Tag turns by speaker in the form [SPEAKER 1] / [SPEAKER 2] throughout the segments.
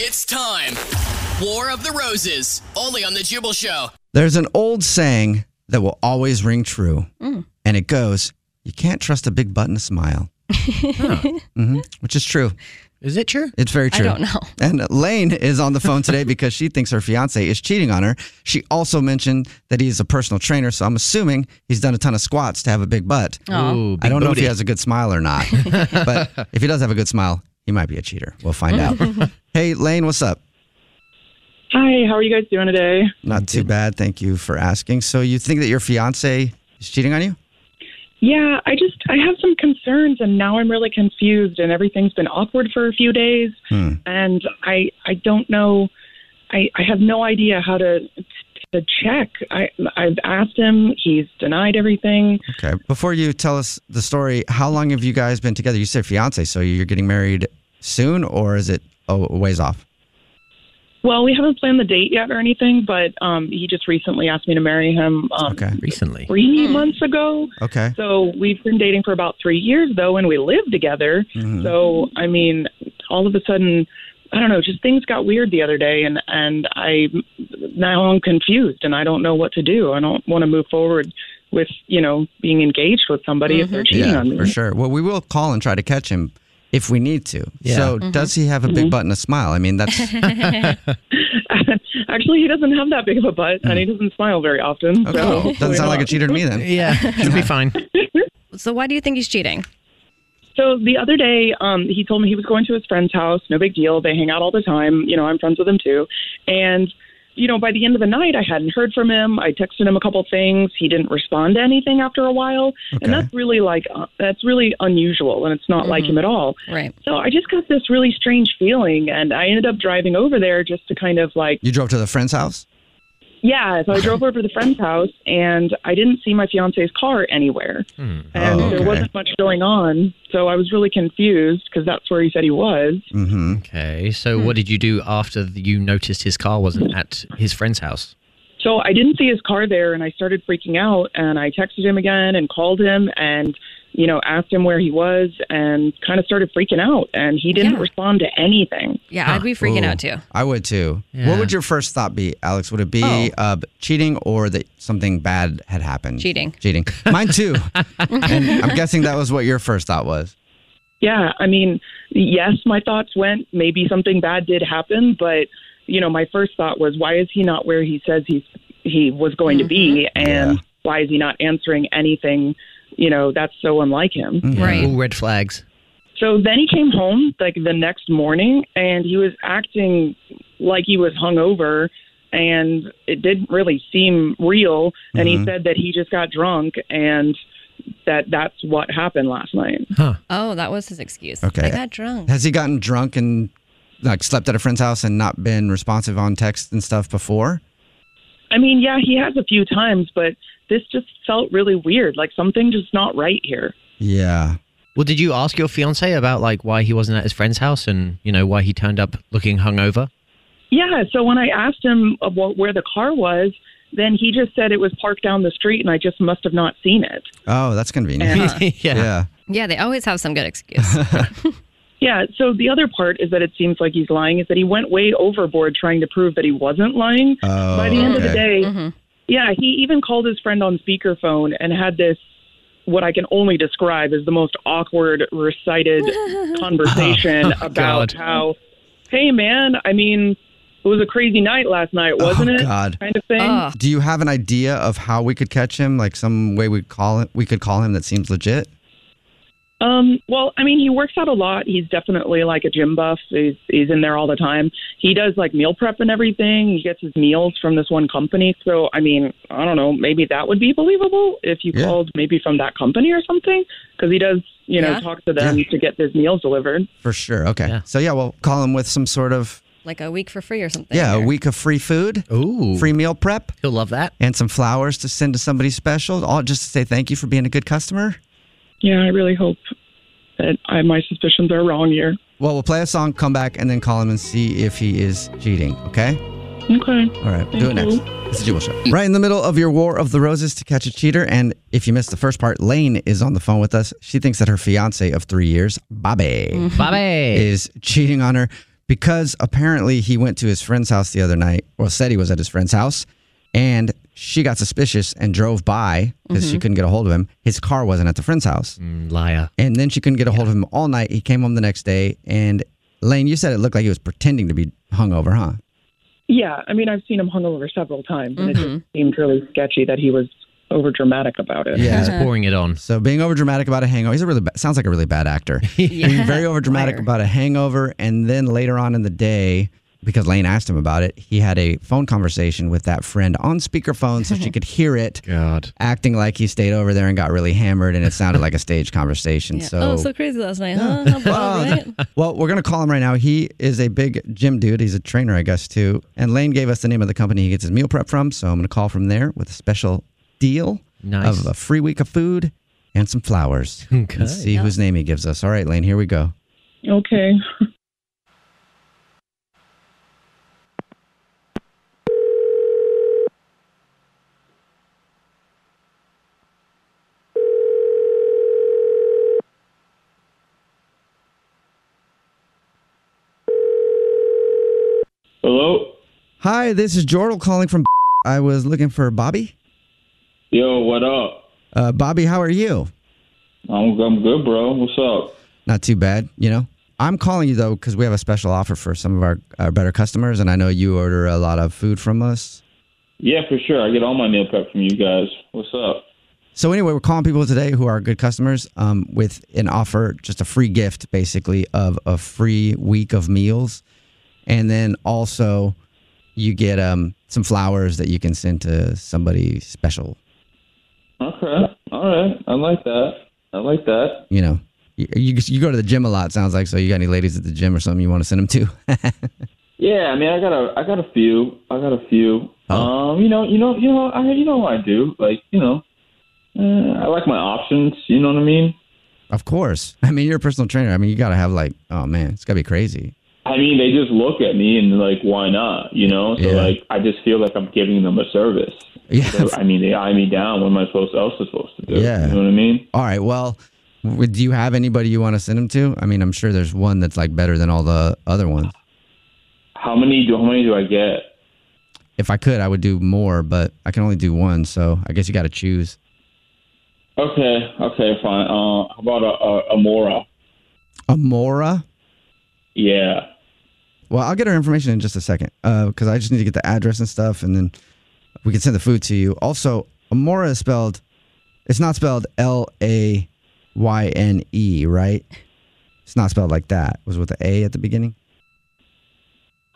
[SPEAKER 1] It's time. War of the Roses, only on The Jubal Show.
[SPEAKER 2] There's an old saying that will always ring true,
[SPEAKER 3] Mm.
[SPEAKER 2] and it goes, "You can't trust a big button to smile," hmm which is true.
[SPEAKER 4] Is it true?
[SPEAKER 2] It's very
[SPEAKER 3] I
[SPEAKER 2] true.
[SPEAKER 3] don't know.
[SPEAKER 2] And Lane is on the phone today because she thinks her fiance is cheating on her. She also mentioned that he's a personal trainer, so I'm assuming he's done a ton of squats to have a big butt.
[SPEAKER 3] Oh.
[SPEAKER 4] Ooh, big
[SPEAKER 2] I don't know if he
[SPEAKER 4] booty.
[SPEAKER 2] has a good smile or not, but if he does have a good smile, he might be a cheater. We'll find out. hey, Lane, what's up?
[SPEAKER 5] Hi, how are you guys doing today?
[SPEAKER 2] Not too bad. Thank you for asking. So you think that your fiance is cheating on you?
[SPEAKER 5] Yeah, I just I have some concerns and now I'm really confused and everything's been awkward for a few days
[SPEAKER 2] Hmm.
[SPEAKER 5] and I I don't know I I have no idea how to to check. I I've asked him, he's denied everything.
[SPEAKER 2] Okay. Before you tell us the story, how long have you guys been together? You said fiance, so you're getting married soon, or is it a a ways off?
[SPEAKER 5] Well, we haven't planned the date yet or anything, but um he just recently asked me to marry him um
[SPEAKER 2] Okay.
[SPEAKER 4] Recently.
[SPEAKER 5] 3 months ago.
[SPEAKER 2] Okay.
[SPEAKER 5] So, we've been dating for about 3 years though and we live together.
[SPEAKER 2] Mhm.
[SPEAKER 5] So I mean, all of a sudden, I don't know, just things got weird the other day, and and I now I'm confused, and I don't know what to do. I don't want to move forward with you know being engaged with somebody if they're cheating
[SPEAKER 2] Mm-hmm. yeah,
[SPEAKER 5] on me.
[SPEAKER 2] for sure. Well, we will call and try to catch him if we need to.
[SPEAKER 4] Yeah.
[SPEAKER 2] So,
[SPEAKER 5] Mm-hmm.
[SPEAKER 2] does he have a big butt and a smile? I mean, that's
[SPEAKER 5] Actually, he doesn't have that big of a butt, and he doesn't smile very often.
[SPEAKER 2] Mm. okay.
[SPEAKER 5] So
[SPEAKER 2] Doesn't sound like a cheater to me then.
[SPEAKER 4] Yeah, should be fine.
[SPEAKER 3] So why do you think he's cheating?
[SPEAKER 5] So the other day, um, he told me he was going to his friend's house. No big deal. They hang out all the time. You know, I'm friends with him too. And, you know, by the end of the night, I hadn't heard from him. I texted him a couple things. He didn't respond to anything after a while.
[SPEAKER 2] Okay.
[SPEAKER 5] And that's really like, uh, that's really unusual. And it's not like him at all.
[SPEAKER 3] Right.
[SPEAKER 5] So I just got this really strange feeling. And I ended up driving over there just to kind of like,
[SPEAKER 2] You drove to the friend's house?
[SPEAKER 5] yeah. So I drove over to the friend's house and I didn't see my fiance's car anywhere and
[SPEAKER 2] Oh, okay.
[SPEAKER 5] there wasn't much going on, so I was really confused because that's where he said he was.
[SPEAKER 2] hmm
[SPEAKER 4] Okay, so what did you do after you noticed his car wasn't at his friend's house?
[SPEAKER 5] So I didn't see his car there, and I started freaking out. And I texted him again and called him, and you know asked him where he was, and kind of started freaking out. And he didn't
[SPEAKER 3] Yeah.
[SPEAKER 5] respond to anything.
[SPEAKER 3] Yeah, I'd be freaking out too.
[SPEAKER 2] I would too. What
[SPEAKER 4] Yeah.
[SPEAKER 2] would your first thought be, Alex? Would it be
[SPEAKER 3] Oh.
[SPEAKER 2] uh, cheating or that something bad had happened?
[SPEAKER 3] Cheating.
[SPEAKER 2] Cheating. Mine too. and I'm guessing that was what your first thought was.
[SPEAKER 5] Yeah, I mean, yes, my thoughts went maybe something bad did happen, but you know my first thought was why is he not where he says he's he was going to be, and
[SPEAKER 2] Mm-hmm. Yeah.
[SPEAKER 5] why is he not answering anything? You know that's so unlike him.
[SPEAKER 3] Right.
[SPEAKER 4] All red flags.
[SPEAKER 5] So then he came home like the next morning and he was acting like he was hungover and it didn't really seem real and
[SPEAKER 2] Mhm.
[SPEAKER 5] he said that he just got drunk and that that's what happened last night.
[SPEAKER 3] Oh, that was his excuse.
[SPEAKER 2] Okay.
[SPEAKER 3] I got drunk.
[SPEAKER 2] Has he gotten drunk and like slept at a friend's house and not been responsive on text and stuff before?
[SPEAKER 5] I mean, yeah, he has a few times, but this just felt really weird, like something just not right here.
[SPEAKER 2] Yeah.
[SPEAKER 4] Well, did you ask your fiance about like why he wasn't at his friend's house and you know why he turned up looking hungover?
[SPEAKER 5] Yeah. So when I asked him about where the car was, then he just said it was parked down the street, and I just must have not seen it.
[SPEAKER 2] Oh, that's convenient.
[SPEAKER 4] yeah.
[SPEAKER 2] yeah.
[SPEAKER 3] Yeah, they always have some good excuse.
[SPEAKER 5] Yeah. So the other part is that it seems like he's lying is that he went way overboard trying to prove that he wasn't lying.
[SPEAKER 2] Oh,
[SPEAKER 5] By the end of the
[SPEAKER 2] okay.
[SPEAKER 5] day,
[SPEAKER 3] Mhm.
[SPEAKER 5] yeah, he even called his friend on speakerphone and had this what I can only describe as the most awkward recited conversation
[SPEAKER 4] Oh, God.
[SPEAKER 5] about how, hey man, I mean, it was a crazy night last night, wasn't
[SPEAKER 2] Oh,
[SPEAKER 5] it?
[SPEAKER 2] God.
[SPEAKER 5] Kind of thing.
[SPEAKER 6] Oh.
[SPEAKER 3] Ugh.
[SPEAKER 2] Do you have an idea of how we could catch him? Like some way we call it, we could call him that seems legit.
[SPEAKER 5] Um, well, I mean, he works out a lot. He's definitely like a gym buff. He's he's in there all the time. He does like meal prep and everything. He gets his meals from this one company. So, I mean, I don't know. Maybe that would be believable if you
[SPEAKER 2] Yeah.
[SPEAKER 5] called maybe from that company or something, because he does, you know,
[SPEAKER 3] Yeah.
[SPEAKER 5] talk to them to get his meals delivered.
[SPEAKER 2] For sure. Okay.
[SPEAKER 4] Yeah.
[SPEAKER 2] So yeah, we'll call him with some sort of
[SPEAKER 3] like a week for free or something.
[SPEAKER 2] yeah,
[SPEAKER 3] or-
[SPEAKER 2] a week of free food,
[SPEAKER 4] Ooh,
[SPEAKER 2] free meal prep,
[SPEAKER 4] he'll love that.
[SPEAKER 2] and some flowers to send to somebody special. All just to say thank you for being a good customer.
[SPEAKER 5] Yeah, I really hope that I, my suspicions are wrong here.
[SPEAKER 2] Well, we'll play a song, come back, and then call him and see if he is cheating. Okay.
[SPEAKER 5] Okay.
[SPEAKER 2] All right.
[SPEAKER 5] Thank
[SPEAKER 2] do it next.
[SPEAKER 5] you.
[SPEAKER 2] It's a Jubal Show. Right in the middle of your War of the Roses to catch a cheater. And if you missed the first part, Lane is on the phone with us. She thinks that her fiance of three years, Bobby,
[SPEAKER 4] Bobby.
[SPEAKER 2] is cheating on her because apparently he went to his friend's house the other night, or said he was at his friend's house, and she got suspicious and drove by because she couldn't get a hold of him. His car wasn't at the friend's house.
[SPEAKER 4] Mm, liar.
[SPEAKER 2] And then she couldn't get a hold of him all night. He came home the next day. And Lane, you said it looked like he was pretending to be hungover, huh?
[SPEAKER 5] Yeah, I mean, I've seen him hungover several times, and it just seemed really sketchy that he was over dramatic about it.
[SPEAKER 4] He's pouring it on.
[SPEAKER 2] So being overdramatic about a hangover, he's a really ba- sounds like a really bad actor. Being very overdramatic
[SPEAKER 3] Liar.
[SPEAKER 2] about a hangover, and then later on in the day, because Lane asked him about it, he had a phone conversation with that friend on speakerphone so she could hear it,
[SPEAKER 4] God.
[SPEAKER 2] acting like he stayed over there and got really hammered, and it sounded like a stage conversation.
[SPEAKER 3] Yeah.
[SPEAKER 2] So.
[SPEAKER 3] oh, so crazy last night, huh? How
[SPEAKER 4] Oh,
[SPEAKER 3] about, right?
[SPEAKER 2] Well, we're going to call him right now. He is a big gym dude. He's a trainer, I guess, too. And Lane gave us the name of the company he gets his meal prep from. So I'm going to call from there with a special deal
[SPEAKER 4] Nice.
[SPEAKER 2] of a free week of food and some flowers.
[SPEAKER 4] Okay.
[SPEAKER 2] Let's see whose name he gives us. All right, Lane, here we go.
[SPEAKER 5] Okay.
[SPEAKER 6] Hello?
[SPEAKER 2] Hi, this is Jordal calling from. I was looking for Bobby.
[SPEAKER 6] Yo, what up?
[SPEAKER 2] Uh, Bobby, how are you?
[SPEAKER 6] I'm, I'm good, bro. What's up?
[SPEAKER 2] Not too bad, you know. I'm calling you though because we have a special offer for some of our, our better customers, and I know you order a lot of food from us.
[SPEAKER 6] Yeah, for sure. I get all my meal prep from you guys. What's up?
[SPEAKER 2] So anyway, we're calling people today who are good customers um, with an offer, just a free gift, basically, of a free week of meals, and then also you get um, some flowers that you can send to somebody special.
[SPEAKER 6] Okay. All right. I like that. I like that.
[SPEAKER 2] You know, you, you you go to the gym a lot. Sounds like so. You got any ladies at the gym or something you want to send them to?
[SPEAKER 6] Yeah, I mean, I got a, I got a few. I got a few.
[SPEAKER 4] Oh.
[SPEAKER 6] Um, you know, you know, you know, I, you know what I do. Like, you know, uh, I like my options. You know what I mean?
[SPEAKER 2] of course. I mean, you're a personal trainer. I mean, you got to have like, oh man, it's got to be crazy.
[SPEAKER 6] I mean, they just look at me and like, why not? You know? So
[SPEAKER 2] Yeah.
[SPEAKER 6] like, I just feel like I'm giving them a service.
[SPEAKER 2] Yeah.
[SPEAKER 6] So, I mean, they eye me down. What am I supposed? Else is supposed to do?
[SPEAKER 2] Yeah.
[SPEAKER 6] You know what I mean?
[SPEAKER 2] All right. Well, w- do you have anybody you want to send them to? I mean, I'm sure there's one that's like better than all the other ones.
[SPEAKER 6] How many do? How many do I get?
[SPEAKER 2] if I could, I would do more, but I can only do one. So I guess you got to choose.
[SPEAKER 6] Okay, okay, fine. Uh, how about a, a, a Mora?
[SPEAKER 2] Amora.
[SPEAKER 6] Yeah.
[SPEAKER 2] Well, I'll get her information in just a second because I just need to get the address and stuff, and then we can send the food to you. Also, Amora is spelled. It's not spelled L A Y N E, right? It's not spelled like that. It was with the A at the beginning.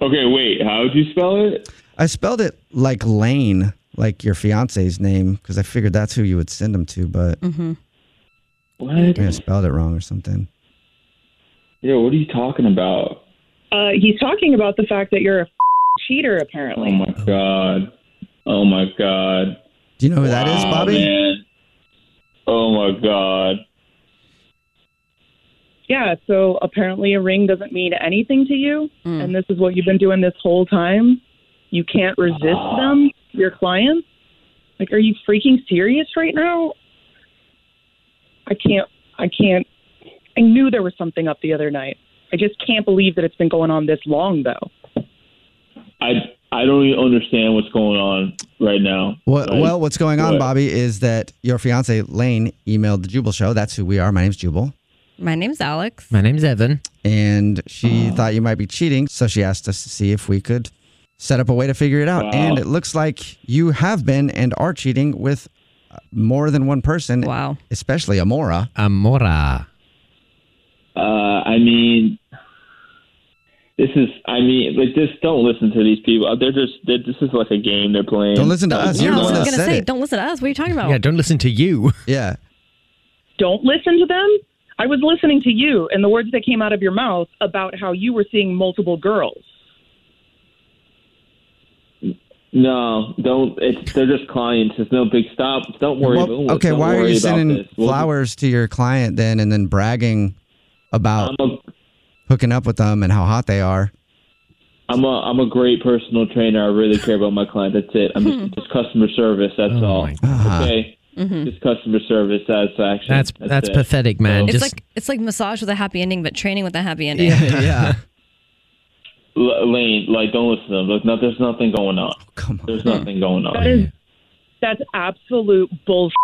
[SPEAKER 6] Okay, wait. How would you spell it?
[SPEAKER 2] I spelled it like Lane, like your fiance's name, because I figured that's who you would send them to, but
[SPEAKER 6] What?
[SPEAKER 3] Mm-hmm.
[SPEAKER 2] I spelled it wrong or something.
[SPEAKER 6] Yo, what are you talking about?
[SPEAKER 5] Uh, he's talking about the fact that you're a cheater,
[SPEAKER 6] Oh
[SPEAKER 5] apparently.
[SPEAKER 6] my god. Oh my god.
[SPEAKER 2] Do you know who that is,
[SPEAKER 6] Wow,
[SPEAKER 2] Bobby?
[SPEAKER 6] Man. Oh my god.
[SPEAKER 5] yeah, so apparently a ring doesn't mean anything to you, and this is what you've been doing this whole time. You can't resist them, your clients. Like, are you freaking serious right now? I can't. I can't. I knew there was something up the other night. I just can't believe that it's been going on this long, though.
[SPEAKER 6] I I don't even understand what's going on right now.
[SPEAKER 2] Well,
[SPEAKER 6] Like,
[SPEAKER 2] well, what's going on,
[SPEAKER 6] what?
[SPEAKER 2] Bobby, is that your fiance Lane emailed the Jubal Show. That's who we are. My name's Jubal.
[SPEAKER 3] My name's Alex.
[SPEAKER 2] My name's Evan. And she thought you might be cheating, so she asked us to see if we could set up a way to figure it out.
[SPEAKER 3] Wow.
[SPEAKER 2] And it looks like you have been and are cheating with uh, more than one person. Wow. Especially Amora. Amora.
[SPEAKER 6] Uh, I mean, this is. I mean, like, just don't listen to these people. They're just. They're, this is like a game they're playing.
[SPEAKER 2] Don't listen to us.
[SPEAKER 3] Yeah, I was gonna say, don't listen to us. What are you talking about?
[SPEAKER 6] Don't
[SPEAKER 4] listen to you.
[SPEAKER 2] Yeah.
[SPEAKER 5] don't listen to them. I was listening to you and the words that came out of your mouth about how you were seeing multiple girls.
[SPEAKER 6] No, don't. It's, they're just clients. It's no big stop. Don't worry.
[SPEAKER 2] Well,
[SPEAKER 6] about-
[SPEAKER 2] okay,
[SPEAKER 6] don't
[SPEAKER 2] why are
[SPEAKER 6] worry
[SPEAKER 2] you
[SPEAKER 6] about
[SPEAKER 2] sending
[SPEAKER 6] this. We'll-
[SPEAKER 2] flowers to your client then and then bragging
[SPEAKER 6] Um,
[SPEAKER 2] about hooking up with them and how hot they are?
[SPEAKER 6] I'm a I'm a great personal trainer. I really care about my client. That's it. I'm just, just customer service. That's
[SPEAKER 4] Oh
[SPEAKER 6] all.
[SPEAKER 2] Ah,
[SPEAKER 6] Okay. Just customer service satisfaction.
[SPEAKER 4] That's- that's
[SPEAKER 6] it.
[SPEAKER 4] pathetic, man.
[SPEAKER 3] It's
[SPEAKER 4] Just-
[SPEAKER 3] like it's like massage with a happy ending, but training with a happy ending.
[SPEAKER 6] L- Lane, like, don't listen to them. Look, no, there's nothing going on.
[SPEAKER 2] come on.
[SPEAKER 6] There's nothing going on.
[SPEAKER 5] That is that's absolute bullshit.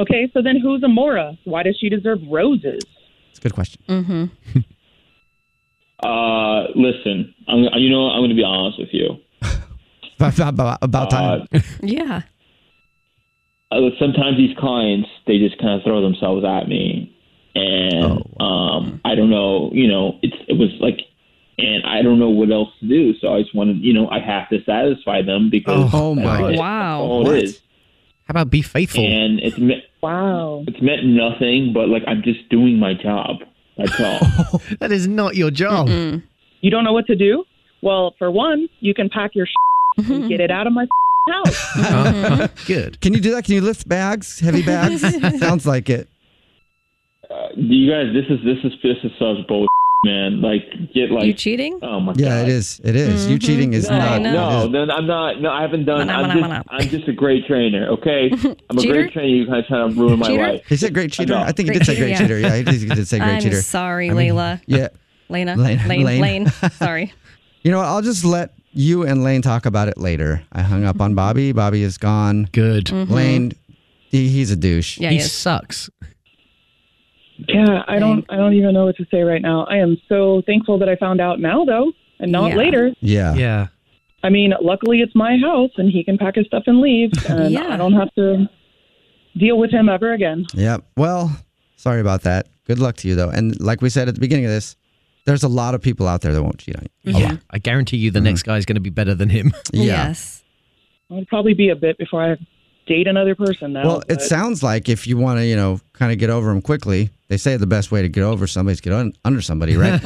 [SPEAKER 5] Okay, so then who's Amora? Why does she deserve roses?
[SPEAKER 2] It's a good question.
[SPEAKER 3] Mm.
[SPEAKER 5] Mm-hmm.
[SPEAKER 6] Uh, listen, I'm, you know, what? I'm going to be honest with you.
[SPEAKER 2] about, about time.
[SPEAKER 3] Yeah.
[SPEAKER 6] Uh, sometimes these clients, they just kind of throw themselves at me, and
[SPEAKER 4] Oh,
[SPEAKER 6] um, I don't know. You know, it's it was like, and I don't know what else to do. So I just wanted, you know, I have to satisfy them because
[SPEAKER 4] Oh,
[SPEAKER 6] that's
[SPEAKER 4] my.
[SPEAKER 6] it.
[SPEAKER 4] Wow.
[SPEAKER 6] That's all
[SPEAKER 4] What?
[SPEAKER 6] it is.
[SPEAKER 4] How about be faithful?
[SPEAKER 6] And it's meant,
[SPEAKER 5] wow.
[SPEAKER 6] It's meant nothing, but like I'm just doing my job. That's all.
[SPEAKER 4] that is not your job.
[SPEAKER 5] You don't know what to do? Well, for one, you can pack your and get it out of my house.
[SPEAKER 4] Good.
[SPEAKER 2] Can you do that? Can you lift bags, heavy bags? Sounds like it.
[SPEAKER 6] Uh, Do you guys, this is this is this is such bull, man. Like get like
[SPEAKER 3] you cheating?
[SPEAKER 6] Oh my
[SPEAKER 2] Yeah, it is. It is.
[SPEAKER 3] Mm-hmm.
[SPEAKER 2] You cheating is
[SPEAKER 6] no,
[SPEAKER 2] not.
[SPEAKER 6] No, no, I'm not. No, I haven't done.
[SPEAKER 2] Mana,
[SPEAKER 6] I'm,
[SPEAKER 2] mana,
[SPEAKER 6] just,
[SPEAKER 2] mana.
[SPEAKER 6] I'm just a great trainer. Okay, I'm a
[SPEAKER 2] Cheater?
[SPEAKER 6] great trainer. You guys trying to ruin my
[SPEAKER 2] Cheater?
[SPEAKER 6] life.
[SPEAKER 2] He said great cheater? I think he
[SPEAKER 3] Great
[SPEAKER 2] did say great
[SPEAKER 3] cheater,
[SPEAKER 2] cheater.
[SPEAKER 3] yeah.
[SPEAKER 2] Yeah, he did, he did say great
[SPEAKER 3] I'm
[SPEAKER 2] cheater.
[SPEAKER 3] sorry,
[SPEAKER 2] I mean,
[SPEAKER 3] Layla.
[SPEAKER 2] Yeah.
[SPEAKER 3] Lena.
[SPEAKER 2] Lane-
[SPEAKER 3] Lane.
[SPEAKER 2] Lane.
[SPEAKER 3] Lane. sorry.
[SPEAKER 2] You know what? I'll just let you and Lane talk about it later. I hung up on Bobby. Bobby is gone.
[SPEAKER 4] Mm-hmm. Good.
[SPEAKER 5] Mhm.
[SPEAKER 2] Lane, he, he's a douche.
[SPEAKER 5] Yeah, he He is.
[SPEAKER 4] sucks.
[SPEAKER 5] Yeah, I don't I don't even know what to say right now. I am so thankful that I found out now though, and not
[SPEAKER 3] Yeah.
[SPEAKER 5] later.
[SPEAKER 2] Yeah.
[SPEAKER 4] Yeah.
[SPEAKER 5] I mean, luckily it's my house and he can pack his stuff and leave and
[SPEAKER 3] Yeah.
[SPEAKER 5] I don't have to deal with him ever again.
[SPEAKER 2] Yep. Well, sorry about that. Good luck to you, though. And like we said at the beginning of this, there's a lot of people out there that won't cheat on you.
[SPEAKER 4] Yeah. I guarantee you the
[SPEAKER 7] Hmm.
[SPEAKER 4] next guy is going to be better than him.
[SPEAKER 5] Yes. It'll probably be a bit before I date another person now.
[SPEAKER 2] Well, it
[SPEAKER 5] but-
[SPEAKER 2] sounds like if you want to, you know, kind of get over them quickly, they say the best way to get over somebody is get un- under somebody, right?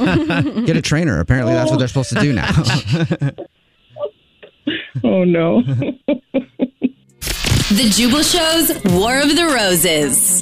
[SPEAKER 2] get a trainer. Apparently, that's what they're supposed to do now.
[SPEAKER 5] oh, no.
[SPEAKER 8] The Jubal Show's War of the Roses.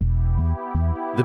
[SPEAKER 7] The